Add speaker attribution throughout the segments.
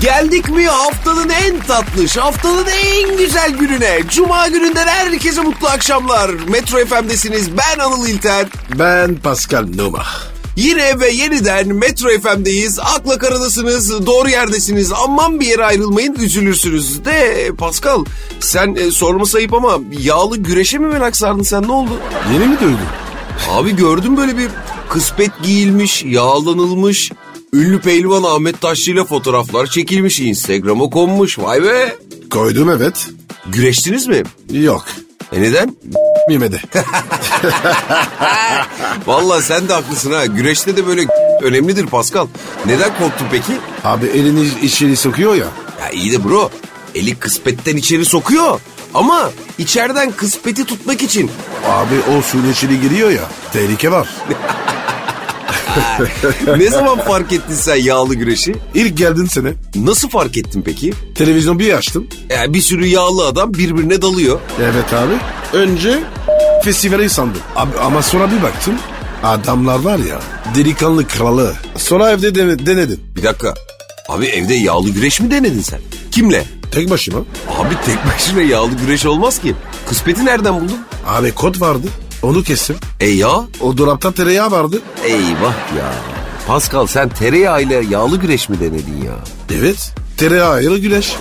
Speaker 1: Geldik mi haftanın en tatlış, haftanın en güzel gününe. Cuma gününden herkese mutlu akşamlar. Metro FM'desiniz. Ben Anıl İlter.
Speaker 2: Ben Pascal Numa.
Speaker 1: Yine ve yeniden Metro FM'deyiz. Akla karadasınız, doğru yerdesiniz. Aman bir yere ayrılmayın, üzülürsünüz. De Pascal, sen e, sorması ayıp ama yağlı güreşe mi merak sardın sen? Ne oldu?
Speaker 2: Yeni mi dövdün?
Speaker 1: Abi gördüm böyle bir kıspet giyilmiş, yağlanılmış. Ünlü pehlivan Ahmet Taşçı ile fotoğraflar çekilmiş, Instagram'a konmuş. Vay be!
Speaker 2: Koydum evet.
Speaker 1: Güreştiniz mi?
Speaker 2: Yok.
Speaker 1: E neden?
Speaker 2: Mimedi.
Speaker 1: Vallahi sen de haklısın ha. Güreşte de böyle önemlidir Pascal. Neden korktun peki?
Speaker 2: Abi elini içeri sokuyor ya.
Speaker 1: Ya iyi de bro. Eli kıspetten içeri sokuyor. Ama içeriden kıspeti tutmak için.
Speaker 2: Abi o suyun içeri giriyor ya. Tehlike var.
Speaker 1: ne zaman fark ettin sen yağlı güreşi?
Speaker 2: İlk geldin sene.
Speaker 1: Nasıl fark ettin peki?
Speaker 2: Televizyon bir açtım.
Speaker 1: Ya bir sürü yağlı adam birbirine dalıyor.
Speaker 2: Evet abi. Önce festivali sandım. Abi, ama sonra bir baktım. Adamlar var ya delikanlı kralı. Sonra evde dene- denedim.
Speaker 1: Bir dakika. Abi evde yağlı güreş mi denedin sen? Kimle?
Speaker 2: Tek başıma.
Speaker 1: Abi tek başına yağlı güreş olmaz ki. Kıspeti nereden buldun?
Speaker 2: Abi kod vardı. Onu kestim.
Speaker 1: E ya?
Speaker 2: O dolapta tereyağı vardı.
Speaker 1: Eyvah ya. Pascal sen tereyağıyla yağlı güreş mi denedin ya?
Speaker 2: Evet. Tereyağı ayrı güneş.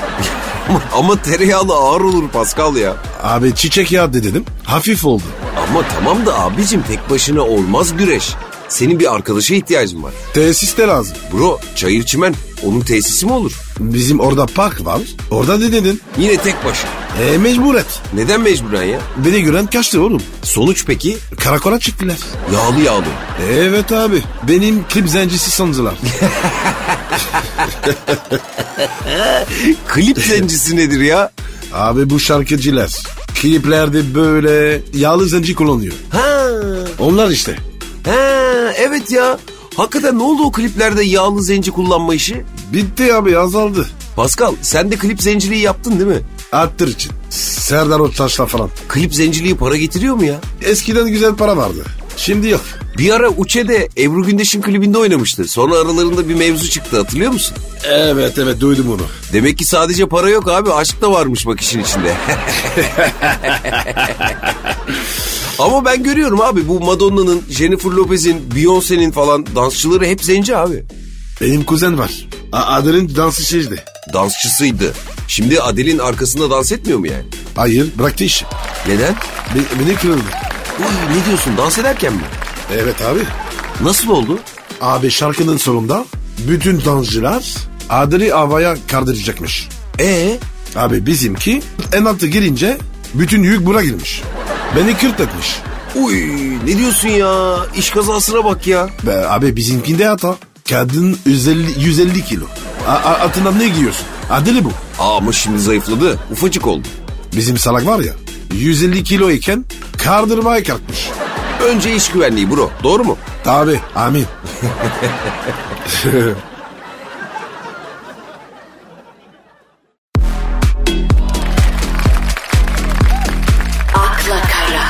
Speaker 1: Ama, ama tereyağlı ağır olur Pascal ya.
Speaker 2: Abi çiçek yağı de dedim. Hafif oldu.
Speaker 1: Ama tamam da abicim tek başına olmaz güreş. Senin bir arkadaşa ihtiyacın var.
Speaker 2: Tesis de lazım.
Speaker 1: Bro çayır çimen onun tesisi mi olur?
Speaker 2: Bizim orada park var. Orada ne dedin?
Speaker 1: Yine tek başına.
Speaker 2: E mecburet.
Speaker 1: Neden mecburen ya?
Speaker 2: Beni gören kaçtı oğlum.
Speaker 1: Sonuç peki?
Speaker 2: Karakola çıktılar.
Speaker 1: Yağlı yağlı.
Speaker 2: Evet abi. Benim klip zencisi sandılar.
Speaker 1: Klip zencisi nedir ya?
Speaker 2: abi bu şarkıcılar. Kliplerde böyle yağlı zenci kullanıyor.
Speaker 1: Ha,
Speaker 2: Onlar işte.
Speaker 1: ha evet ya. Hakikaten ne oldu o kliplerde yağlı zenci kullanma işi?
Speaker 2: Bitti abi azaldı.
Speaker 1: Pascal sen de klip zenciliği yaptın değil mi?
Speaker 2: Arttır için. Serdar Ortaç'la falan.
Speaker 1: Klip zenciliği para getiriyor mu ya?
Speaker 2: Eskiden güzel para vardı. Şimdi yok.
Speaker 1: Bir ara Uçe'de Ebru Gündeş'in klibinde oynamıştı. Sonra aralarında bir mevzu çıktı hatırlıyor musun?
Speaker 2: Evet evet duydum onu.
Speaker 1: Demek ki sadece para yok abi aşk da varmış bak işin içinde. Ama ben görüyorum abi bu Madonna'nın, Jennifer Lopez'in, Beyoncé'nin falan dansçıları hep zenci abi.
Speaker 2: Benim kuzen var. A- Adının dansı şeydi.
Speaker 1: Dansçısıydı. Şimdi Adele'in arkasında dans etmiyor mu yani?
Speaker 2: Hayır bıraktı işi.
Speaker 1: Neden?
Speaker 2: Be- beni kırıldı.
Speaker 1: Uy, ne diyorsun dans ederken mi?
Speaker 2: Evet abi.
Speaker 1: Nasıl oldu?
Speaker 2: Abi şarkının sonunda bütün dansçılar Adil'i havaya kaldıracakmış.
Speaker 1: Ee
Speaker 2: Abi bizimki en alta girince bütün yük bura girmiş. Beni kırt etmiş.
Speaker 1: Uy ne diyorsun ya? İş kazasına bak ya.
Speaker 2: Be, abi bizimkinde hata. Kadın 150, 150 kilo. A, a- altına ne giyiyorsun? Adili bu.
Speaker 1: Aa, ama şimdi zayıfladı. Ufacık oldu.
Speaker 2: Bizim salak var ya 150 kilo iken kardırmaya kalkmış.
Speaker 1: Önce iş güvenliği bro. Doğru mu?
Speaker 2: Abi amin.
Speaker 3: akla kara,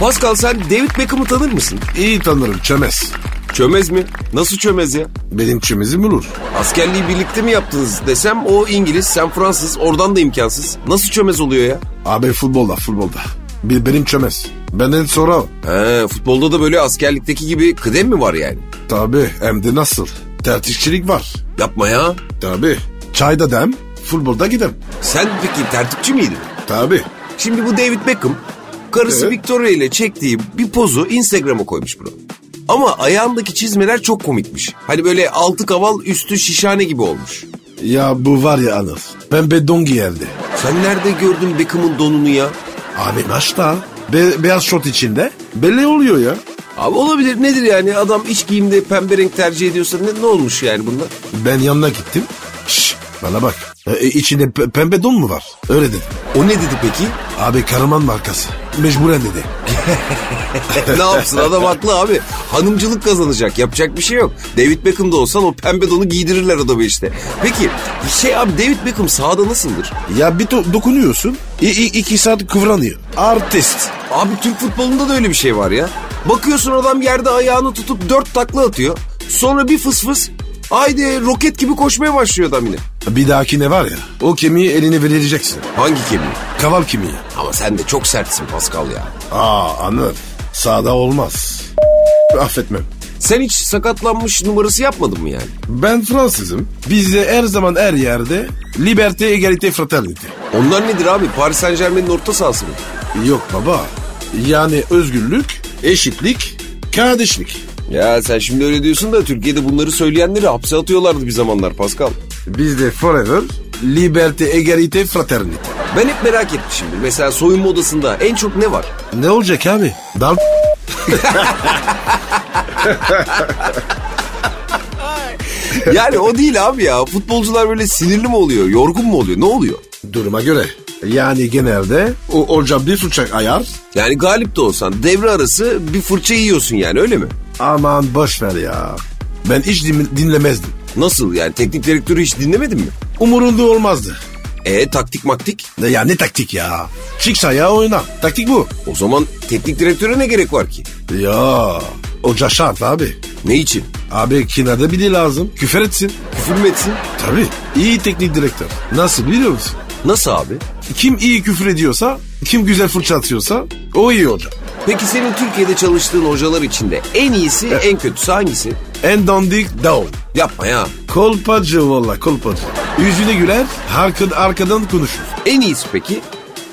Speaker 1: Pascal sen David Beckham'ı tanır mısın?
Speaker 2: İyi tanırım çömez.
Speaker 1: Çömez mi? Nasıl çömez ya?
Speaker 2: Benim çömezim olur.
Speaker 1: Askerliği birlikte mi yaptınız desem o İngiliz, sen Fransız, oradan da imkansız. Nasıl çömez oluyor ya?
Speaker 2: Abi futbolda futbolda. Bir, benim çömez. Benden sonra o.
Speaker 1: He, futbolda da böyle askerlikteki gibi kıdem mi var yani?
Speaker 2: Tabi hem de nasıl? Tertişçilik var.
Speaker 1: Yapma ya.
Speaker 2: Tabi. Çayda dem, futbolda giderim.
Speaker 1: Sen peki tertipçi miydin?
Speaker 2: Tabi.
Speaker 1: Şimdi bu David Beckham karısı
Speaker 2: Evet.
Speaker 1: Victoria ile çektiği bir pozu Instagram'a koymuş bro. Ama ayağındaki çizmeler çok komikmiş. Hani böyle altı kaval üstü şişhane gibi olmuş.
Speaker 2: Ya bu var ya Anıl. Pembe don giyerdi.
Speaker 1: Sen nerede gördün Beckham'ın donunu ya?
Speaker 2: Abi maçta. Be- beyaz şort içinde. Belli oluyor ya.
Speaker 1: Abi olabilir nedir yani adam iç giyimde pembe renk tercih ediyorsa ne, ne olmuş yani bunda?
Speaker 2: Ben yanına gittim. Şşş bana bak. E, içinde pe- pembe don mu var? Öyle dedim.
Speaker 1: O ne dedi peki?
Speaker 2: Abi Karaman markası. Mecburen dedi.
Speaker 1: ne yapsın adam haklı abi. Hanımcılık kazanacak yapacak bir şey yok. David Beckham'da olsan o pembe donu giydirirler adamı işte. Peki şey abi David Beckham sahada nasıldır?
Speaker 2: Ya bir to- dokunuyorsun. i- i- iki saat kıvranıyor. Artist.
Speaker 1: Abi Türk futbolunda da öyle bir şey var ya. Bakıyorsun adam yerde ayağını tutup dört takla atıyor. Sonra bir fıs fıs Haydi roket gibi koşmaya başlıyor adam yine.
Speaker 2: Bir dahakine var ya o kemiği eline vereceksin.
Speaker 1: Hangi kemiği?
Speaker 2: Kaval kemiği.
Speaker 1: Ama sen de çok sertsin Pascal ya.
Speaker 2: Aa anır. Sağda olmaz. Affetmem.
Speaker 1: Sen hiç sakatlanmış numarası yapmadın mı yani?
Speaker 2: Ben Fransızım. Bizde her zaman her yerde liberté, égalité, fraternité.
Speaker 1: Onlar nedir abi? Paris Saint Germain'in orta sahası mı?
Speaker 2: Yok baba. Yani özgürlük, eşitlik, kardeşlik.
Speaker 1: Ya sen şimdi öyle diyorsun da Türkiye'de bunları söyleyenleri hapse atıyorlardı bir zamanlar Pascal.
Speaker 2: Bizde forever liberté, égalité, fraternité.
Speaker 1: Ben hep merak etmişimdir. Mesela soyunma odasında en çok ne var?
Speaker 2: Ne olacak abi? Dal
Speaker 1: Yani o değil abi ya. Futbolcular böyle sinirli mi oluyor? Yorgun mu oluyor? Ne oluyor?
Speaker 2: duruma göre. Yani genelde o, hocam bir uçak ayar.
Speaker 1: Yani galip de olsan devre arası bir fırça yiyorsun yani öyle mi?
Speaker 2: Aman boş ver ya. Ben hiç din- dinlemezdim.
Speaker 1: Nasıl yani teknik direktörü hiç dinlemedin mi?
Speaker 2: Umurunda olmazdı.
Speaker 1: E taktik maktik?
Speaker 2: Ne Ya ne taktik ya? Çık sahaya oyna. Taktik bu.
Speaker 1: O zaman teknik direktöre ne gerek var ki?
Speaker 2: Ya hoca şart abi.
Speaker 1: Ne için?
Speaker 2: Abi kenarda biri lazım. Küfür etsin.
Speaker 1: Küfür mü etsin?
Speaker 2: Tabii. İyi teknik direktör. Nasıl biliyor musun?
Speaker 1: Nasıl abi?
Speaker 2: Kim iyi küfür ediyorsa, kim güzel fırça atıyorsa o iyi hoca.
Speaker 1: Peki senin Türkiye'de çalıştığın hocalar içinde en iyisi, en kötüsü hangisi?
Speaker 2: En dandik down.
Speaker 1: Yapma ya.
Speaker 2: Kolpacı valla kolpacı. Yüzüne güler, arkadan, arkadan konuşur.
Speaker 1: En iyisi peki?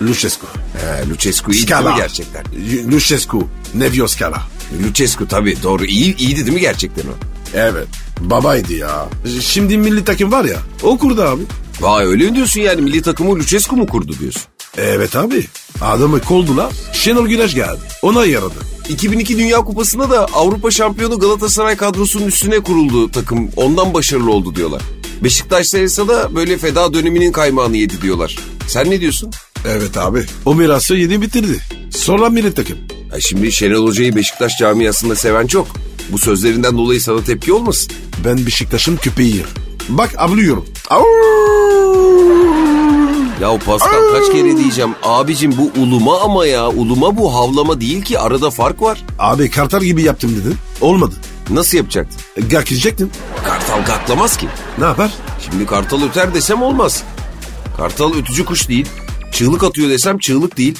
Speaker 2: Lucescu.
Speaker 1: He, Lucescu iyiydi değil mi gerçekten?
Speaker 2: Y- Lucescu. Nevio Scala.
Speaker 1: Lucescu tabii doğru. İyi, iyiydi değil mi gerçekten o?
Speaker 2: Evet. Babaydı ya. Şimdi milli takım var ya. O kurdu abi.
Speaker 1: Vay öyle mi diyorsun yani milli takımı Lucescu mu kurdu diyorsun?
Speaker 2: Evet abi. Adamı koldular. Şenol Güneş geldi. Ona yaradı.
Speaker 1: 2002 Dünya Kupası'nda da Avrupa şampiyonu Galatasaray kadrosunun üstüne kuruldu takım. Ondan başarılı oldu diyorlar. Beşiktaş'ta ise da böyle feda döneminin kaymağını yedi diyorlar. Sen ne diyorsun?
Speaker 2: Evet abi. O mirası yedi bitirdi. Sonra milli takım.
Speaker 1: Ya şimdi Şenol Hoca'yı Beşiktaş camiasında seven çok. Bu sözlerinden dolayı sana tepki olmasın.
Speaker 2: Ben Beşiktaş'ın köpeğiyim. Bak avlıyorum. Au!
Speaker 1: Ya Pascal kaç kere diyeceğim abicim bu uluma ama ya uluma bu havlama değil ki arada fark var.
Speaker 2: Abi kartal gibi yaptım dedin. Olmadı.
Speaker 1: Nasıl yapacaktın?
Speaker 2: Gakılacaktın.
Speaker 1: Kartal kaklamaz ki.
Speaker 2: Ne yapar?
Speaker 1: Şimdi kartal öter desem olmaz. Kartal ötücü kuş değil. Çığlık atıyor desem çığlık değil.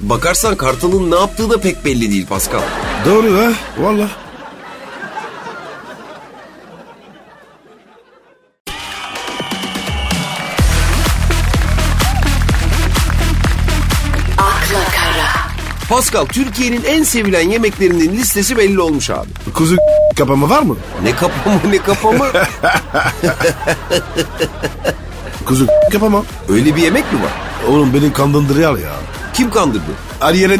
Speaker 1: Bakarsan kartalın ne yaptığı da pek belli değil Pascal.
Speaker 2: Doğru ha. Valla.
Speaker 3: akla kara,
Speaker 1: Pascal Türkiye'nin en sevilen yemeklerinin listesi belli olmuş abi.
Speaker 2: Kuzu kapama var mı?
Speaker 1: Ne kapama ne kapama
Speaker 2: Kuzu kapama.
Speaker 1: öyle bir yemek mi var?
Speaker 2: Oğlum beni kandırıyor ya.
Speaker 1: Kim kandırdı?
Speaker 2: Her yere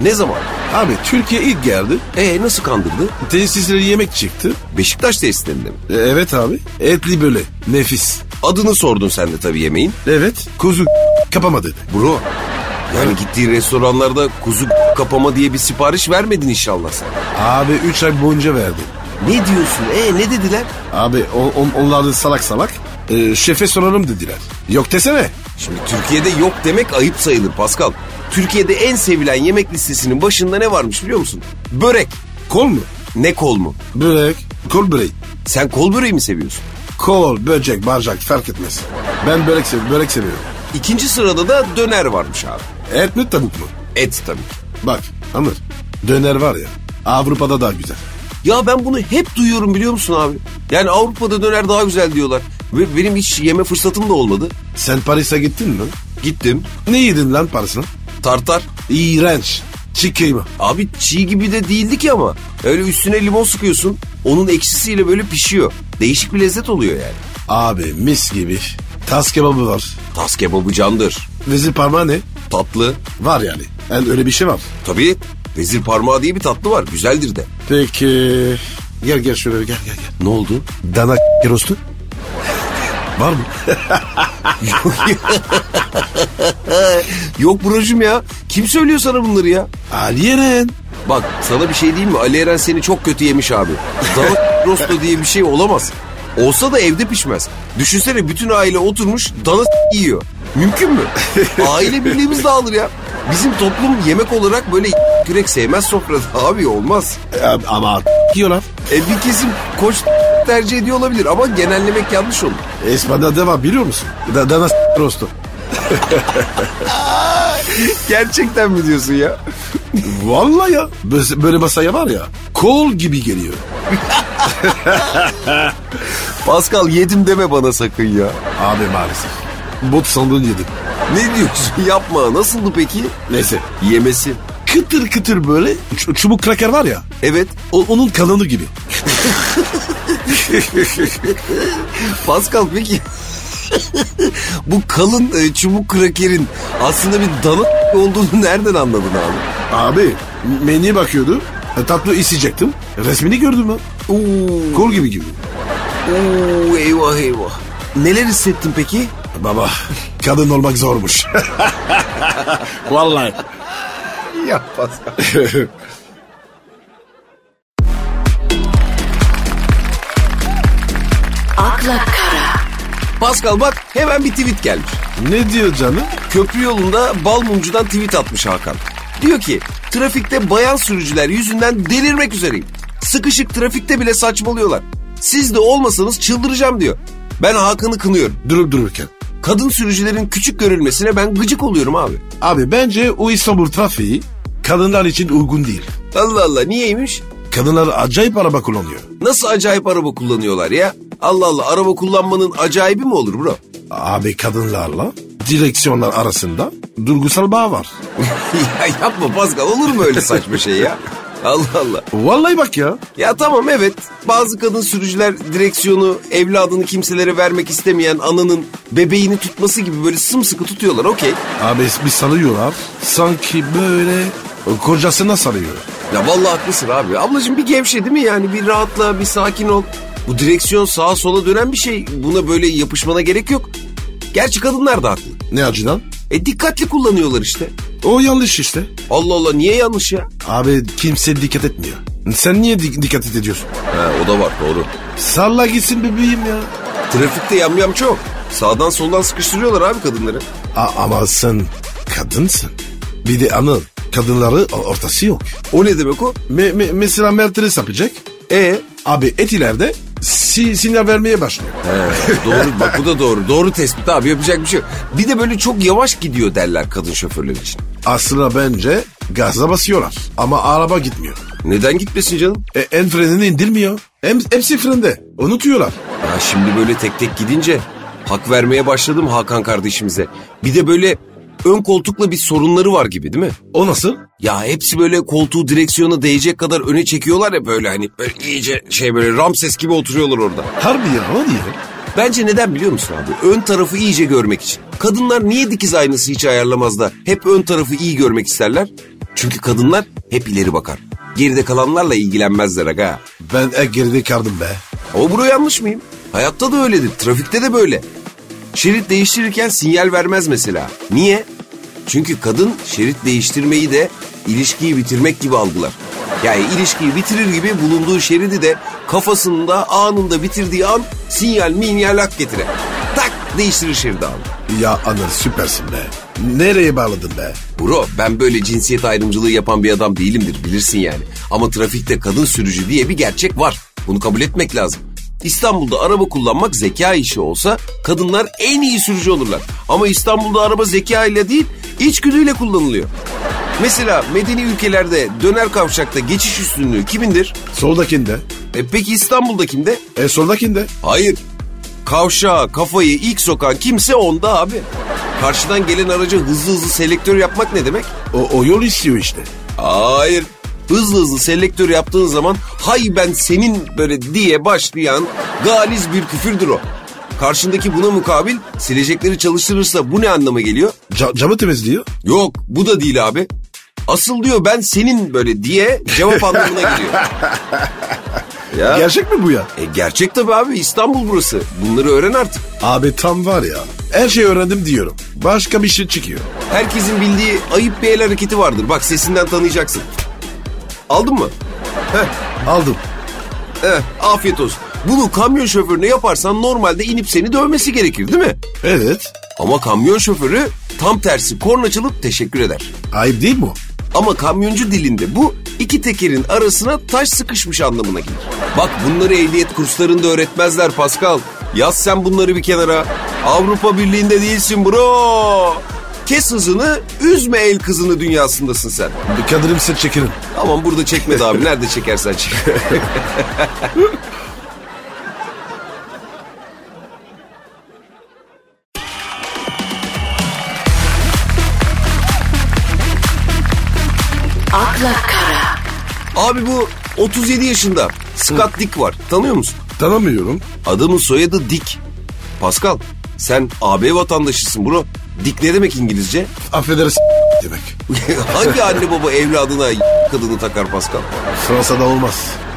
Speaker 1: Ne zaman?
Speaker 2: Abi Türkiye ilk geldi.
Speaker 1: E nasıl kandırdı?
Speaker 2: Tesisleri yemek çıktı.
Speaker 1: Beşiktaş tesislerinde mi?
Speaker 2: E, evet abi. Etli böyle. Nefis.
Speaker 1: Adını sordun sen de tabii yemeğin.
Speaker 2: Evet. Kuzu kapama dedi.
Speaker 1: Bro yani gittiği restoranlarda kuzu kapama diye bir sipariş vermedin inşallah sen.
Speaker 2: Abi 3 ay boyunca verdi.
Speaker 1: Ne diyorsun? E ne dediler?
Speaker 2: Abi o, on, onlar da salak salak. E, şefe soralım dediler. Yok desene.
Speaker 1: Şimdi Türkiye'de yok demek ayıp sayılır Pascal. Türkiye'de en sevilen yemek listesinin başında ne varmış biliyor musun? Börek.
Speaker 2: Kol mu?
Speaker 1: Ne kol mu?
Speaker 2: Börek. Kol böreği.
Speaker 1: Sen kol böreği mi seviyorsun?
Speaker 2: Kol, böcek, barcak fark etmez. Ben börek, sev börek seviyorum.
Speaker 1: İkinci sırada da döner varmış abi.
Speaker 2: Et mi tavuk mu?
Speaker 1: Et tabii ki.
Speaker 2: Bak Anır. Döner var ya. Avrupa'da daha güzel.
Speaker 1: Ya ben bunu hep duyuyorum biliyor musun abi? Yani Avrupa'da döner daha güzel diyorlar. Ve benim hiç yeme fırsatım da olmadı.
Speaker 2: Sen Paris'e gittin mi?
Speaker 1: Gittim.
Speaker 2: Ne yedin lan Paris'e?
Speaker 1: Tartar.
Speaker 2: İğrenç. Çiğ kıyma.
Speaker 1: Abi çiğ gibi de değildi ki ama. Öyle üstüne limon sıkıyorsun. Onun ekşisiyle böyle pişiyor. Değişik bir lezzet oluyor yani.
Speaker 2: Abi mis gibi. Tas kebabı var.
Speaker 1: Tas kebabı candır.
Speaker 2: Vezir parmağı ne?
Speaker 1: Tatlı.
Speaker 2: Var yani. Yani öyle bir şey var.
Speaker 1: Tabii. Vezir parmağı diye bir tatlı var. Güzeldir de.
Speaker 2: Peki. Gel gel şöyle gel gel gel.
Speaker 1: Ne oldu?
Speaker 2: Dana rostu. var mı?
Speaker 1: Yok brocum ya. Kim söylüyor sana bunları ya?
Speaker 2: Ali Yeren.
Speaker 1: Bak sana bir şey diyeyim mi? Ali Eren seni çok kötü yemiş abi. Dana rosto diye bir şey olamaz. Olsa da evde pişmez. Düşünsene bütün aile oturmuş dana yiyor. Mümkün mü? Aile birliğimiz dağılır ya. Bizim toplum yemek olarak böyle kürek sevmez sofrada abi olmaz.
Speaker 2: E, Ama yiyorlar.
Speaker 1: E bir kesim koç tercih ediyor olabilir ama genellemek yanlış olur.
Speaker 2: Espanada var biliyor musun? Da, dana s- rostu.
Speaker 1: Gerçekten mi diyorsun ya?
Speaker 2: Vallahi ya. Böyle böyle masaya var ya. Kol gibi geliyor.
Speaker 1: Pascal yedim deme bana sakın ya.
Speaker 2: Abi maalesef. Bot sandığını yedim.
Speaker 1: Ne diyorsun yapma nasıldı peki?
Speaker 2: Neyse.
Speaker 1: Yemesi.
Speaker 2: Kıtır kıtır böyle ç- çubuk kraker var ya.
Speaker 1: Evet
Speaker 2: o- onun kalanı gibi.
Speaker 1: Pascal peki bu kalın e, çubuk krakerin aslında bir dana olduğunu nereden anladın abi?
Speaker 2: Abi menüye bakıyordu. E, Tatlı isteyecektim. Resmini gördüm ben.
Speaker 1: Oo,
Speaker 2: Kol gibi gibi.
Speaker 1: oo, eyvah eyvah. Neler hissettin peki?
Speaker 2: Baba kadın olmak zormuş. Vallahi.
Speaker 1: Ya Pascal.
Speaker 3: akla kara,
Speaker 1: Pascal bak hemen bir tweet gelmiş.
Speaker 2: ne diyor canım?
Speaker 1: Köprü yolunda bal mumcudan tweet atmış Hakan. Diyor ki trafikte bayan sürücüler yüzünden delirmek üzereyim. Sıkışık trafikte bile saçmalıyorlar. Siz de olmasanız çıldıracağım diyor. Ben Hakan'ı kınıyorum.
Speaker 2: Durup dururken.
Speaker 1: Kadın sürücülerin küçük görülmesine ben gıcık oluyorum abi.
Speaker 2: Abi bence o İstanbul trafiği kadınlar için uygun değil.
Speaker 1: Allah Allah niyeymiş?
Speaker 2: Kadınlar acayip araba kullanıyor.
Speaker 1: Nasıl acayip araba kullanıyorlar ya? Allah Allah araba kullanmanın acayibi mi olur bro?
Speaker 2: Abi kadınlarla direksiyonlar arasında durgusal bağ var.
Speaker 1: ya yapma Pascal olur mu öyle saçma şey ya? Allah Allah.
Speaker 2: Vallahi bak ya.
Speaker 1: Ya tamam evet bazı kadın sürücüler direksiyonu evladını kimselere vermek istemeyen ananın bebeğini tutması gibi böyle sımsıkı tutuyorlar okey.
Speaker 2: Abi bir sarıyorlar. Sanki böyle kocasına sarıyor.
Speaker 1: Ya vallahi haklısın abi. Ablacığım bir gevşe değil mi yani bir rahatla bir sakin ol. Bu direksiyon sağa sola dönen bir şey buna böyle yapışmana gerek yok. Gerçi kadınlar da haklı.
Speaker 2: Ne acıdan?
Speaker 1: E dikkatli kullanıyorlar işte.
Speaker 2: O yanlış işte.
Speaker 1: Allah Allah niye yanlış ya?
Speaker 2: Abi kimse dikkat etmiyor. Sen niye di- dikkat ediyorsun?
Speaker 1: Ha, o da var doğru.
Speaker 2: Salla gitsin bebeğim ya.
Speaker 1: Trafikte yamyam çok. Sağdan soldan sıkıştırıyorlar abi kadınları.
Speaker 2: A- ama sen kadınsın. Bir de anıl. Kadınları o- ortası yok.
Speaker 1: O ne demek o?
Speaker 2: Me- me- mesela Mert'e sapacak.
Speaker 1: E
Speaker 2: Abi etilerde si- sinyal vermeye başlıyor.
Speaker 1: He, doğru bak bu da doğru. Doğru tespit abi yapacak bir şey yok. Bir de böyle çok yavaş gidiyor derler kadın şoförler için.
Speaker 2: Aslında bence gazla basıyorlar. Ama araba gitmiyor.
Speaker 1: Neden gitmesin canım?
Speaker 2: E, en frenini indirmiyor. Hem, hepsi frende. Unutuyorlar.
Speaker 1: Ya şimdi böyle tek tek gidince hak vermeye başladım Hakan kardeşimize. Bir de böyle ön koltukla bir sorunları var gibi değil mi?
Speaker 2: O nasıl?
Speaker 1: Ya hepsi böyle koltuğu direksiyona değecek kadar öne çekiyorlar ya böyle hani böyle iyice şey böyle Ramses gibi oturuyorlar orada.
Speaker 2: Harbi ya o niye?
Speaker 1: Bence neden biliyor musun abi? Ön tarafı iyice görmek için. Kadınlar niye dikiz aynası hiç ayarlamaz da hep ön tarafı iyi görmek isterler? Çünkü kadınlar hep ileri bakar. Geride kalanlarla ilgilenmezler aga.
Speaker 2: Ben ek geride kaldım be.
Speaker 1: Ama bro yanlış mıyım? Hayatta da öyledir. Trafikte de böyle. Şerit değiştirirken sinyal vermez mesela. Niye? Çünkü kadın şerit değiştirmeyi de ilişkiyi bitirmek gibi algılar. Yani ilişkiyi bitirir gibi bulunduğu şeridi de kafasında anında bitirdiği an sinyal minyal hak getire. Tak değiştirir şeridi abi.
Speaker 2: Ya Anıl süpersin be. Nereye bağladın be?
Speaker 1: Bro ben böyle cinsiyet ayrımcılığı yapan bir adam değilimdir bilirsin yani. Ama trafikte kadın sürücü diye bir gerçek var. Bunu kabul etmek lazım. İstanbul'da araba kullanmak zeka işi olsa kadınlar en iyi sürücü olurlar. Ama İstanbul'da araba zeka ile değil içgüdüyle kullanılıyor. Mesela medeni ülkelerde döner kavşakta geçiş üstünlüğü kimindir?
Speaker 2: Soldakinde.
Speaker 1: E peki İstanbul'da kimde?
Speaker 2: E soldakinde.
Speaker 1: Hayır. Kavşağa kafayı ilk sokan kimse onda abi. Karşıdan gelen araca hızlı hızlı selektör yapmak ne demek?
Speaker 2: O, o yol istiyor işte.
Speaker 1: Hayır. Hızlı hızlı selektör yaptığın zaman hay ben senin böyle diye başlayan galiz bir küfürdür o. Karşındaki buna mukabil silecekleri çalıştırırsa bu ne anlama geliyor?
Speaker 2: Ca- camı temizliyor.
Speaker 1: Yok bu da değil abi. Asıl diyor ben senin böyle diye cevap anlamına geliyor. ya.
Speaker 2: Gerçek mi bu ya?
Speaker 1: E, gerçek tabii abi İstanbul burası. Bunları öğren artık.
Speaker 2: Abi tam var ya. Her şeyi öğrendim diyorum. Başka bir şey çıkıyor.
Speaker 1: Herkesin bildiği ayıp bir el hareketi vardır. Bak sesinden tanıyacaksın. Aldın mı?
Speaker 2: Aldım.
Speaker 1: Eh, afiyet olsun. Bunu kamyon şoförüne yaparsan normalde inip seni dövmesi gerekir değil mi?
Speaker 2: Evet.
Speaker 1: Ama kamyon şoförü tam tersi korna çalıp teşekkür eder.
Speaker 2: Ayıp değil mi o?
Speaker 1: Ama kamyoncu dilinde bu iki tekerin arasına taş sıkışmış anlamına gelir. Bak bunları ehliyet kurslarında öğretmezler Pascal. Yaz sen bunları bir kenara. Avrupa Birliği'nde değilsin bro. Kes hızını, üzme el kızını dünyasındasın sen.
Speaker 2: Kadir'im sen çekerim.
Speaker 1: Tamam burada çekmedi abi. Nerede çekersen çek.
Speaker 3: akla kara,
Speaker 1: Abi bu 37 yaşında. Scott Dick var. Tanıyor musun?
Speaker 2: Tanımıyorum.
Speaker 1: Adamın soyadı Dick. Pascal sen AB vatandaşısın bro. Dick ne demek İngilizce?
Speaker 2: Affedersin demek.
Speaker 1: Hangi anne baba evladına y- kadını takar Pascal?
Speaker 2: Fransa'da olmaz.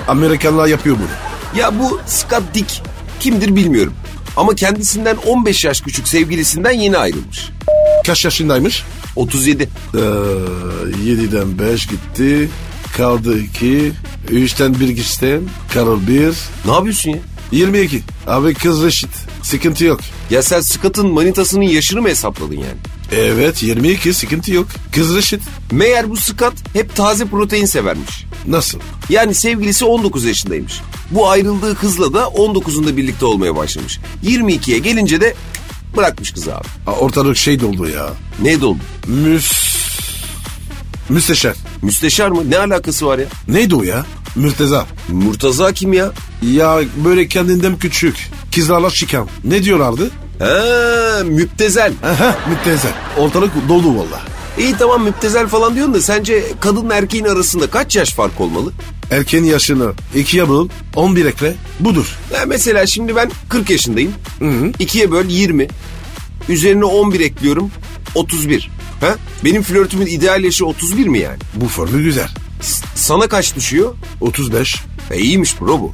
Speaker 2: Amerikanlar yapıyor bunu.
Speaker 1: Ya bu Scott Dick kimdir bilmiyorum. Ama kendisinden 15 yaş küçük sevgilisinden yeni ayrılmış.
Speaker 2: Kaç yaşındaymış?
Speaker 1: 37.
Speaker 2: Ee, 7'den 5 gitti. Kaldı 2. 3'ten 1 geçti. Karol 1.
Speaker 1: Ne yapıyorsun ya?
Speaker 2: 22. Abi kız reşit. Sıkıntı yok.
Speaker 1: Ya sen Scott'ın manitasının yaşını mı hesapladın yani?
Speaker 2: Evet 22 sıkıntı yok. Kız reşit.
Speaker 1: Meğer bu Scott hep taze protein severmiş.
Speaker 2: Nasıl?
Speaker 1: Yani sevgilisi 19 yaşındaymış. Bu ayrıldığı kızla da 19'unda birlikte olmaya başlamış. 22'ye gelince de bırakmış kızı abi.
Speaker 2: Aa, Ortalık şey doldu ya.
Speaker 1: Ne doldu?
Speaker 2: Müs... Müsteşar.
Speaker 1: Müsteşar mı? Ne alakası var ya?
Speaker 2: Neydi o ya? Mürteza.
Speaker 1: Murtaza kim ya?
Speaker 2: Ya böyle kendinden küçük. Kızlarla şikan. Ne diyorlardı?
Speaker 1: Ha, müptezel.
Speaker 2: Aha müptezel. Ortalık dolu valla.
Speaker 1: İyi tamam müptezel falan diyorsun da sence kadınla erkeğin arasında kaç yaş fark olmalı?
Speaker 2: Erken yaşını ikiye bölün 11 ekle budur.
Speaker 1: Ya mesela şimdi ben 40 yaşındayım. 2'ye böl 20. Üzerine 11 ekliyorum. 31. Ha? Benim flörtümün ideal yaşı 31 mi yani?
Speaker 2: Bu formül güzel.
Speaker 1: S- Sana kaç düşüyor?
Speaker 2: 35.
Speaker 1: E iyiymiş bro bu.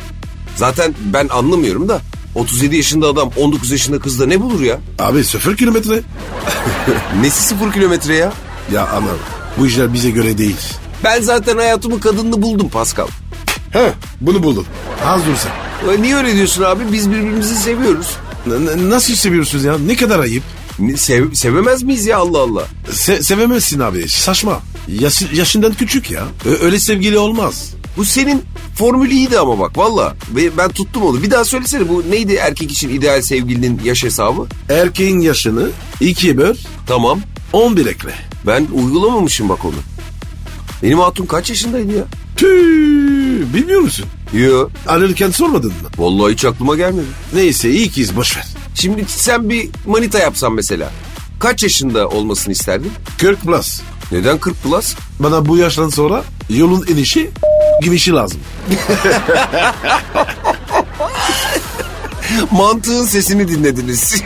Speaker 1: Zaten ben anlamıyorum da 37 yaşında adam 19 yaşında kızda ne bulur ya?
Speaker 2: Abi sıfır kilometre.
Speaker 1: Nesi sıfır kilometre ya?
Speaker 2: Ya ama bu işler bize göre değil.
Speaker 1: Ben zaten hayatımın kadınını buldum Pascal.
Speaker 2: He bunu buldum. Az dur sen.
Speaker 1: E niye öyle diyorsun abi? Biz birbirimizi seviyoruz.
Speaker 2: N- n- nasıl seviyorsunuz ya? Ne kadar ayıp.
Speaker 1: Ne- sev- sevemez miyiz ya Allah Allah?
Speaker 2: Se- sevemezsin abi saçma. Yaşı- yaşından küçük ya. Ö- öyle sevgili olmaz.
Speaker 1: Bu senin formülü iyiydi ama bak valla. Ve Ben tuttum onu. Bir daha söylesene bu neydi erkek için ideal sevgilinin yaş hesabı?
Speaker 2: Erkeğin yaşını ikiye böl
Speaker 1: Tamam.
Speaker 2: 11 ekle.
Speaker 1: Ben uygulamamışım bak onu. Benim hatun kaç yaşındaydı ya?
Speaker 2: Tüh, bilmiyor musun?
Speaker 1: Yo.
Speaker 2: Ararken sormadın mı?
Speaker 1: Vallahi hiç aklıma gelmedi.
Speaker 2: Neyse iyi kiyiz boşver.
Speaker 1: Şimdi sen bir manita yapsan mesela. Kaç yaşında olmasını isterdin?
Speaker 2: 40 plus.
Speaker 1: Neden 40 plus?
Speaker 2: Bana bu yaştan sonra yolun inişi girişi lazım.
Speaker 1: Mantığın sesini dinlediniz.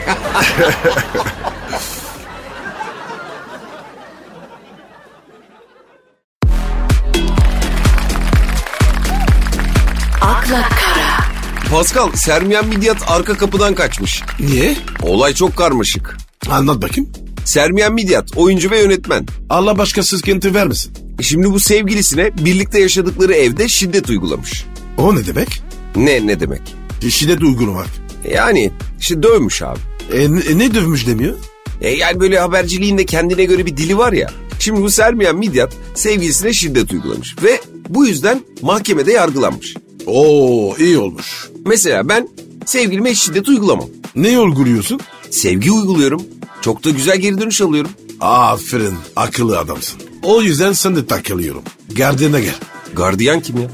Speaker 3: akla kara,
Speaker 1: Pascal, Sermiyen Midyat arka kapıdan kaçmış.
Speaker 2: Niye?
Speaker 1: Olay çok karmaşık.
Speaker 2: Anlat bakayım.
Speaker 1: Sermiyen Midyat, oyuncu ve yönetmen. E
Speaker 2: Allah başka sıkıntı vermesin.
Speaker 1: Şimdi bu sevgilisine birlikte yaşadıkları evde şiddet uygulamış.
Speaker 2: O ne demek?
Speaker 1: Ne ne demek? E
Speaker 2: Şiddet uygulamak.
Speaker 1: Yani işte dövmüş abi.
Speaker 2: E, ne- ne dövmüş demiyor?
Speaker 1: E yani böyle haberciliğin de kendine göre bir dili var ya. Şimdi bu Sermiyen Midyat sevgilisine şiddet uygulamış ve bu yüzden mahkemede yargılanmış.
Speaker 2: Oo iyi olmuş.
Speaker 1: Mesela ben sevgilime hiç şiddet uygulamam.
Speaker 2: Ne yol kuruyorsun?
Speaker 1: Sevgi uyguluyorum. Çok da güzel geri dönüş alıyorum.
Speaker 2: Aferin akıllı adamsın. O yüzden sen de takılıyorum. Gardiyana gel.
Speaker 1: Gardiyan kim ya?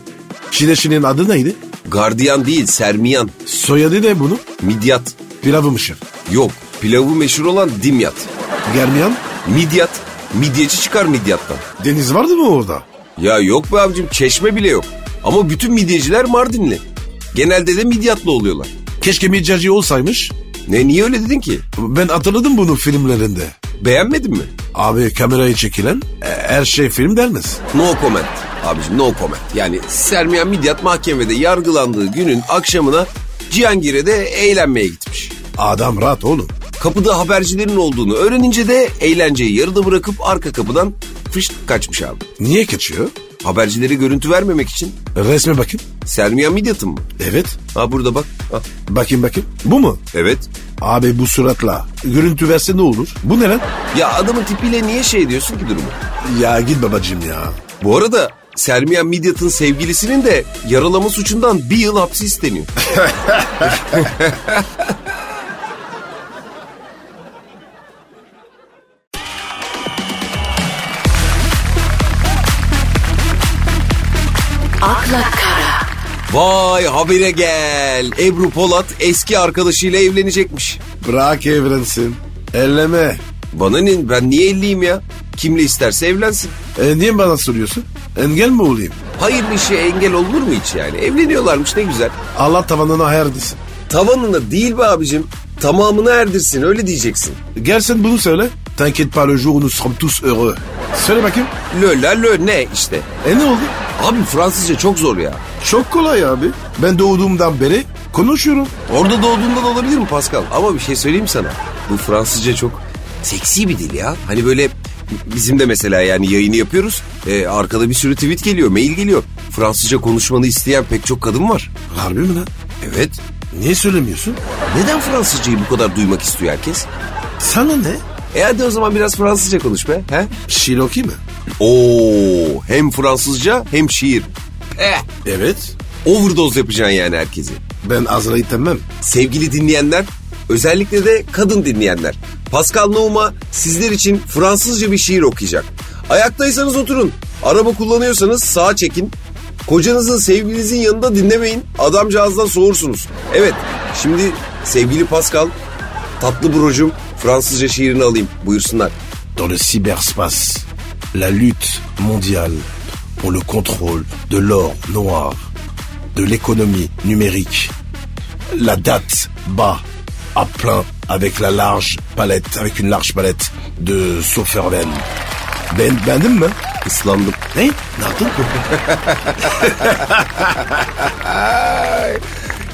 Speaker 2: Şileşinin adı neydi?
Speaker 1: Gardiyan değil, sermiyan,
Speaker 2: Soyadı ne bunun?
Speaker 1: midyat.
Speaker 2: Pilavı mışır.
Speaker 1: Yok, pilavı meşhur olan dimyat.
Speaker 2: Germiyan?
Speaker 1: Midyat, midyeci çıkar midyattan.
Speaker 2: Deniz vardı mı orada?
Speaker 1: Ya yok be abicim, çeşme bile yok. Ama bütün midyeciler Mardinli. Genelde de midyatlı oluyorlar.
Speaker 2: Keşke midyacı olsaymış.
Speaker 1: Ne, niye öyle dedin ki?
Speaker 2: Ben hatırladım bunu filmlerinde.
Speaker 1: Beğenmedin mi?
Speaker 2: Abi kamerayı çekilen e, her şey film deriz.
Speaker 1: No comment. Abicim no comment. Yani Sermiyan Midyat mahkemede yargılandığı günün akşamına Cihangir'e de eğlenmeye gitmiş.
Speaker 2: Adam rahat oğlum.
Speaker 1: Kapıda habercilerin olduğunu öğrenince de eğlenceyi yarıda bırakıp arka kapıdan fışt kaçmış abi.
Speaker 2: Niye kaçıyor?
Speaker 1: Habercilere görüntü vermemek için.
Speaker 2: Resme bakayım.
Speaker 1: Selmiye Midyat'ın mı?
Speaker 2: Evet.
Speaker 1: Ha burada bak. Ha,
Speaker 2: Bakayım bakayım. Bu mu?
Speaker 1: evet.
Speaker 2: Abi bu suratla. Görüntü verse ne olur? Bu ne lan?
Speaker 1: Ya adamın tipiyle niye şey diyorsun ki durumu?
Speaker 2: Ya git babacığım ya.
Speaker 1: Bu arada Sermiyen Midyat'ın sevgilisinin de yaralama suçundan bir yıl hapsi isteniyor.
Speaker 3: akla kara,
Speaker 1: Vay habire gel. Ebru Polat eski arkadaşıyla evlenecekmiş.
Speaker 2: Bırak evrensin. Elleme.
Speaker 1: Bana ne ben niye elliyim ya? Kimle isterse evlensin.
Speaker 2: E, niye bana soruyorsun? Engel mi olayım?
Speaker 1: Hayırlı işe engel olur mu hiç yani? Evleniyorlarmış ne güzel.
Speaker 2: Allah tavanına hayır desin.
Speaker 1: Tavanına değil be abicim. Tamamını erdirsin öyle diyeceksin.
Speaker 2: Gel sen bunu söyle. T'inquiète pas le jour où nous serons tous heureux. Söyle bakayım.
Speaker 1: Lö la lö ne işte.
Speaker 2: E ne oldu?
Speaker 1: Abi Fransızca çok zor ya.
Speaker 2: Çok kolay abi. Ben doğduğumdan beri konuşuyorum.
Speaker 1: Orada doğduğunda da olabilir mi Pascal? Ama bir şey söyleyeyim sana. Bu Fransızca çok seksi bir dil ya. Hani böyle bizim de mesela yani yayını yapıyoruz. Ee, arkada bir sürü tweet geliyor, mail geliyor. Fransızca konuşmanı isteyen pek çok kadın var.
Speaker 2: Harbi mi lan?
Speaker 1: Evet.
Speaker 2: Niye söylemiyorsun?
Speaker 1: Neden Fransızcayı bu kadar duymak istiyor herkes?
Speaker 2: Sana ne?
Speaker 1: E hadi o zaman biraz Fransızca konuş be. He?
Speaker 2: Şiir okuyayım mı?
Speaker 1: Oo, hem Fransızca hem şiir. Eh,
Speaker 2: Evet.
Speaker 1: overdose yapacaksın yani herkesi.
Speaker 2: Ben Azra'yı tanımam.
Speaker 1: sevgili dinleyenler, özellikle de kadın dinleyenler. Pascal Nouma sizler için Fransızca bir şiir okuyacak. Ayaktaysanız oturun, araba kullanıyorsanız sağa çekin. Kocanızın sevgilinizin yanında dinlemeyin, adamcağızdan soğursunuz. Evet, şimdi sevgili Pascal, tatlı brocum Fransızca şiirini alayım, buyursunlar.
Speaker 2: Dans le cyberspace, la lutte mondiale pour le contrôle de l'or noir, de l'économie numérique. La date bat à plein avec la large palette, avec une large palette de Soferven. Ben, Eh, bendim mi?
Speaker 1: Islandım.
Speaker 2: Ne? Ne yaptın?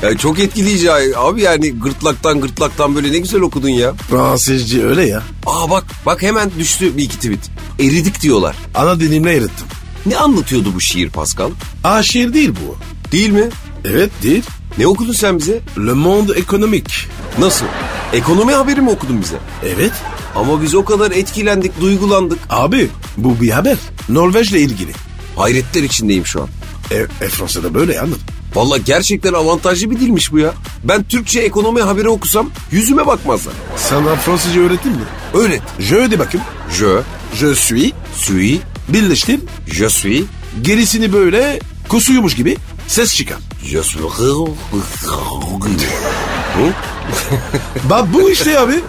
Speaker 1: Ya çok etkileyici abi yani gırtlaktan gırtlaktan böyle ne güzel okudun ya.
Speaker 2: Fransızca öyle ya.
Speaker 1: Aa bak, bak hemen düştü bir iki tweet. Eridik diyorlar.
Speaker 2: Ana dilimle erittim.
Speaker 1: Ne anlatıyordu bu şiir Pascal?
Speaker 2: Aa şiir değil bu.
Speaker 1: Değil mi?
Speaker 2: Evet değil.
Speaker 1: Ne okudun sen bize?
Speaker 2: Eh Le monde économique. Eh
Speaker 1: Nasıl? Ekonomi haberi mi okudun bize?
Speaker 2: Evet.
Speaker 1: Ama biz o kadar etkilendik, duygulandık.
Speaker 2: Abi bu bir Ah, ben, haber. Norveç'le ilgili.
Speaker 1: Hayretler içindeyim şu an.
Speaker 2: E, e, Fransa'da böyle yalnız.
Speaker 1: Valla gerçekten avantajlı bir dilmiş bu ya. Ben Türkçe ekonomi haberi okusam yüzüme bakmazlar.
Speaker 2: Sana Fransızca öğreteyim mi?
Speaker 1: Öğret.
Speaker 2: Je de bakayım.
Speaker 1: Je
Speaker 2: Je suis.
Speaker 1: suis,
Speaker 2: Birleştir.
Speaker 1: je suis,
Speaker 2: Gerisini böyle kusuyormuş gibi ses çıkar.
Speaker 1: je suis. Hı?
Speaker 2: Bak bu işte abi.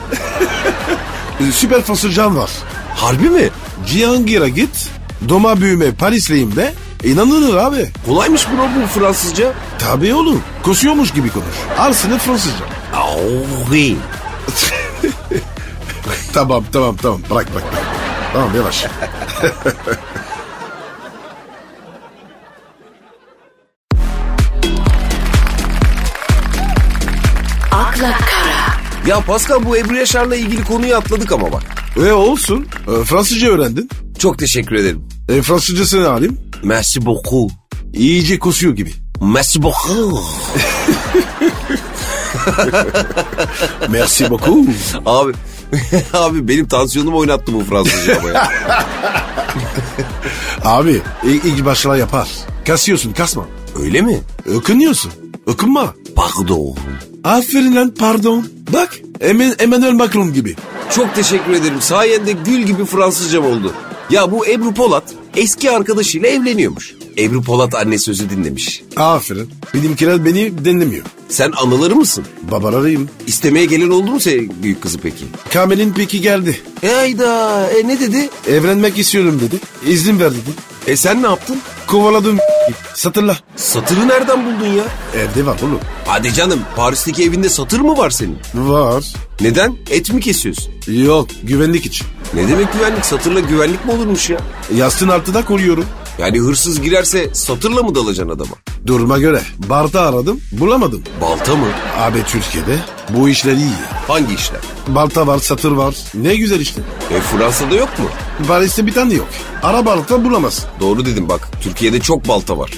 Speaker 2: Süper Fransızcan var.
Speaker 1: Harbi mi?
Speaker 2: Cihangir'e git. Doma büyüme Parisliyim de. İnanılır abi.
Speaker 1: Kolaymış bro bu Fransızca.
Speaker 2: Tabii oğlum. Kusuyormuş gibi konuş. Al sınıf Fransızca.
Speaker 1: Ah, oui.
Speaker 2: Tamam tamam tamam. Bırak bırak bırak. Tamam yavaş.
Speaker 3: akla kara,
Speaker 1: Ya Pascal bu Ebru Yaşar'la ilgili konuyu atladık ama bak.
Speaker 2: Ve olsun. E, Fransızca öğrendin.
Speaker 1: Çok teşekkür ederim.
Speaker 2: E, Fransızcasını alayım.
Speaker 1: Merci beaucoup.
Speaker 2: İyice kusuyor gibi.
Speaker 1: Merci beaucoup.
Speaker 2: Merci beaucoup.
Speaker 1: Abi abi benim tansiyonumu oynattı bu Fransızca ama ya.
Speaker 2: Abi ilk, ilk başlar yapar. Kasıyorsun kasma.
Speaker 1: Öyle mi?
Speaker 2: Ökünüyorsun. Ökünme.
Speaker 1: Pardon.
Speaker 2: Aferin lan pardon. Bak Emin, Emmanuel Macron gibi.
Speaker 1: Çok teşekkür ederim. Sayende gül gibi Fransızcam oldu. Ya bu Ebru Polat eski arkadaşıyla evleniyormuş. Ebru Polat anne sözü dinlemiş.
Speaker 2: Aferin. Benimkiler beni dinlemiyor.
Speaker 1: Sen anıları mısın?
Speaker 2: Babalarıyım.
Speaker 1: İstemeye gelen oldu mu senin büyük kızı peki?
Speaker 2: Kamil'in peki geldi.
Speaker 1: E hayda e ne dedi?
Speaker 2: Evlenmek istiyorum dedi. İzin ver dedi.
Speaker 1: E sen ne yaptın?
Speaker 2: Kovaladım. Satırla.
Speaker 1: Satırı nereden buldun ya?
Speaker 2: Evde var oğlum.
Speaker 1: Hadi canım Paris'teki evinde satır mı var senin?
Speaker 2: Var.
Speaker 1: Neden? Et mi kesiyorsun?
Speaker 2: Yok güvenlik için.
Speaker 1: Ne demek güvenlik? Satırla güvenlik mi olurmuş ya?
Speaker 2: Yastığın altında koruyorum.
Speaker 1: Yani hırsız girerse satırla mı dalacaksın adama?
Speaker 2: Duruma göre Bart'ı aradım bulamadım.
Speaker 1: Balta mı?
Speaker 2: Abi Türkiye'de bu işler iyi ya.
Speaker 1: Hangi işler?
Speaker 2: Balta var, satır var. Ne güzel işte.
Speaker 1: E Fransa'da yok mu?
Speaker 2: Paris'te bir tane yok. Ara balta bulamazsın.
Speaker 1: Doğru dedim bak. Türkiye'de çok balta var.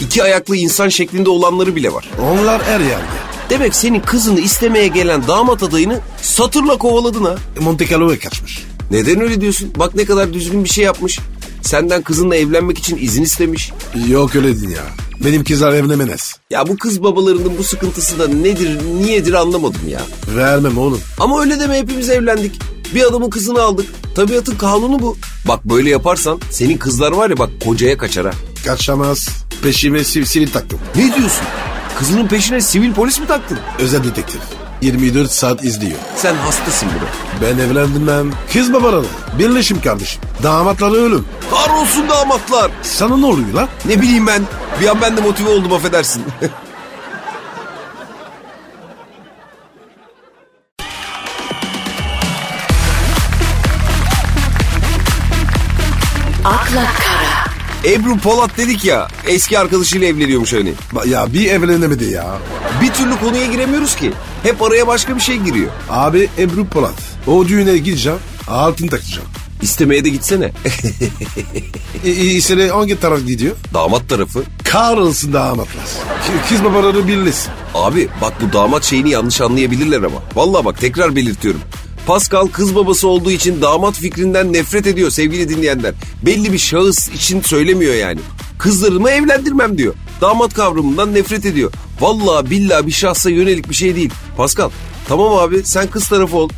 Speaker 1: İki ayaklı insan şeklinde olanları bile var.
Speaker 2: Onlar her yerde.
Speaker 1: Demek senin kızını istemeye gelen damat adayını satırla kovaladın ha.
Speaker 2: Monte Carlo'ya kaçmış.
Speaker 1: Neden öyle diyorsun? Bak ne kadar düzgün bir şey yapmış. Senden kızınla evlenmek için izin istemiş.
Speaker 2: Yok öyle değil ya. Benim kızlar evlenemez.
Speaker 1: Ya bu kız babalarının bu sıkıntısı da nedir, niyedir anlamadım ya.
Speaker 2: Vermem oğlum.
Speaker 1: Ama öyle deme hepimiz evlendik. Bir adamın kızını aldık. Tabiatın kanunu bu. Bak böyle yaparsan senin kızlar var ya bak kocaya kaçar ha.
Speaker 2: Kaçamaz. Peşime sil- silip taktım.
Speaker 1: Ne diyorsun? Kızının peşine sivil polis mi taktın?
Speaker 2: Özel detektif. 24 saat izliyor.
Speaker 1: Sen hastasın bro.
Speaker 2: Ben evlendirmem. Kız babaları. Birleşim kardeşim. Damatları ölüm.
Speaker 1: Kahrolsun damatlar.
Speaker 2: Sana ne oluyor lan?
Speaker 1: Ne bileyim ben. Bir an ben de motive oldum affedersin.
Speaker 3: akla kara,
Speaker 1: Ebru Polat dedik ya eski arkadaşıyla evleniyormuş hani.
Speaker 2: Ba- Ya bir evlenemedi ya.
Speaker 1: Bir türlü konuya giremiyoruz ki. Hep araya başka bir şey giriyor.
Speaker 2: Abi Ebru Polat. O düğüne gideceğim. Altın takacağım.
Speaker 1: İstemeye de gitsene. Eh,
Speaker 2: E, e, sene hangi taraf gidiyor?
Speaker 1: Damat tarafı.
Speaker 2: Kahrolsun damatlar. Ki- Kız babaları birleşsin.
Speaker 1: Abi bak bu damat şeyini yanlış anlayabilirler ama. Vallahi bak tekrar belirtiyorum. Pascal kız babası olduğu için damat fikrinden nefret ediyor sevgili dinleyenler. Belli bir şahıs için söylemiyor yani. Kızlarımı evlendirmem diyor. Damat kavramından nefret ediyor. Vallahi billahi bir şahsa yönelik bir şey değil. Pascal tamam abi sen kız tarafı ol.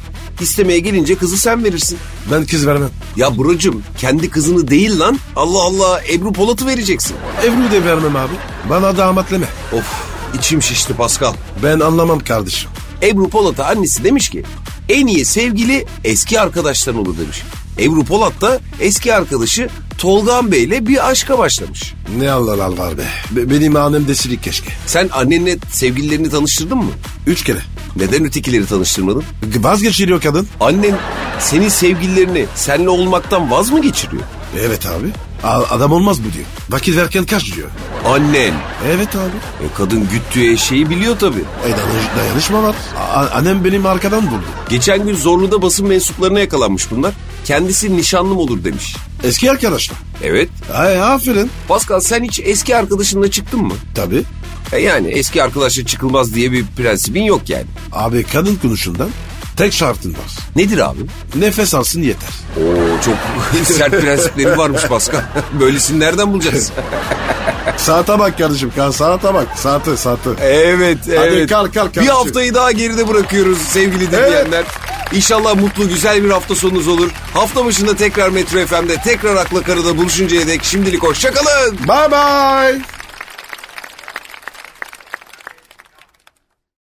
Speaker 1: İstemeye gelince kızı sen verirsin.
Speaker 2: Ben kız vermem.
Speaker 1: Ya brocum kendi kızını değil lan. Allah Allah Ebru Polat'ı vereceksin.
Speaker 2: Ebru'yu de vermem abi. Bana damatleme.
Speaker 1: Of içim şişti Pascal.
Speaker 2: Ben anlamam kardeşim.
Speaker 1: Ebru Polat'a annesi demiş ki en iyi sevgili eski arkadaşların olur demiş. Ebru Polat da eski arkadaşı Tolgan Bey'le bir aşka başlamış.
Speaker 2: Ne Allah Allah var be. Be- benim annem desilik keşke.
Speaker 1: Sen annenle sevgililerini tanıştırdın mı?
Speaker 2: Üç kere.
Speaker 1: Neden ötekileri tanıştırmadın?
Speaker 2: Vazgeçiriyor kadın.
Speaker 1: Annen senin sevgililerini senle olmaktan vaz mı geçiriyor?
Speaker 2: Evet abi. A- adam olmaz bu diyor. Vakit verken kaç diyor.
Speaker 1: Annen.
Speaker 2: Evet
Speaker 1: E
Speaker 2: abi.
Speaker 1: kadın güttüğü eşeği biliyor tabii.
Speaker 2: E, dayanış- dayanışma var. A- annem benim arkadan buldu.
Speaker 1: Geçen gün Zorlu'da basın mensuplarına yakalanmış bunlar. Kendisi nişanlım olur demiş.
Speaker 2: Eski arkadaşlar.
Speaker 1: Evet.
Speaker 2: Ay aferin.
Speaker 1: Pascal sen hiç eski arkadaşınla çıktın mı?
Speaker 2: Tabii.
Speaker 1: E yani eski arkadaşla çıkılmaz diye bir prensibin yok yani.
Speaker 2: Abi kadın konuşundan tek şartın var.
Speaker 1: Nedir abi?
Speaker 2: Nefes alsın yeter.
Speaker 1: Oo çok sert prensipleri varmış Pascal. Böylesini nereden bulacağız?
Speaker 2: Saate bak kardeşim. ka- Saate bak. Saate saate.
Speaker 1: evet, evet.
Speaker 2: kalk, kalk
Speaker 1: Bir
Speaker 2: kardeşim.
Speaker 1: haftayı daha geride bırakıyoruz sevgili dinleyenler. İnşallah mutlu güzel bir hafta sonunuz olur. Hafta başında tekrar Metro FM'de tekrar Akla Karı'da buluşuncaya dek şimdilik hoşçakalın.
Speaker 2: Bye bye.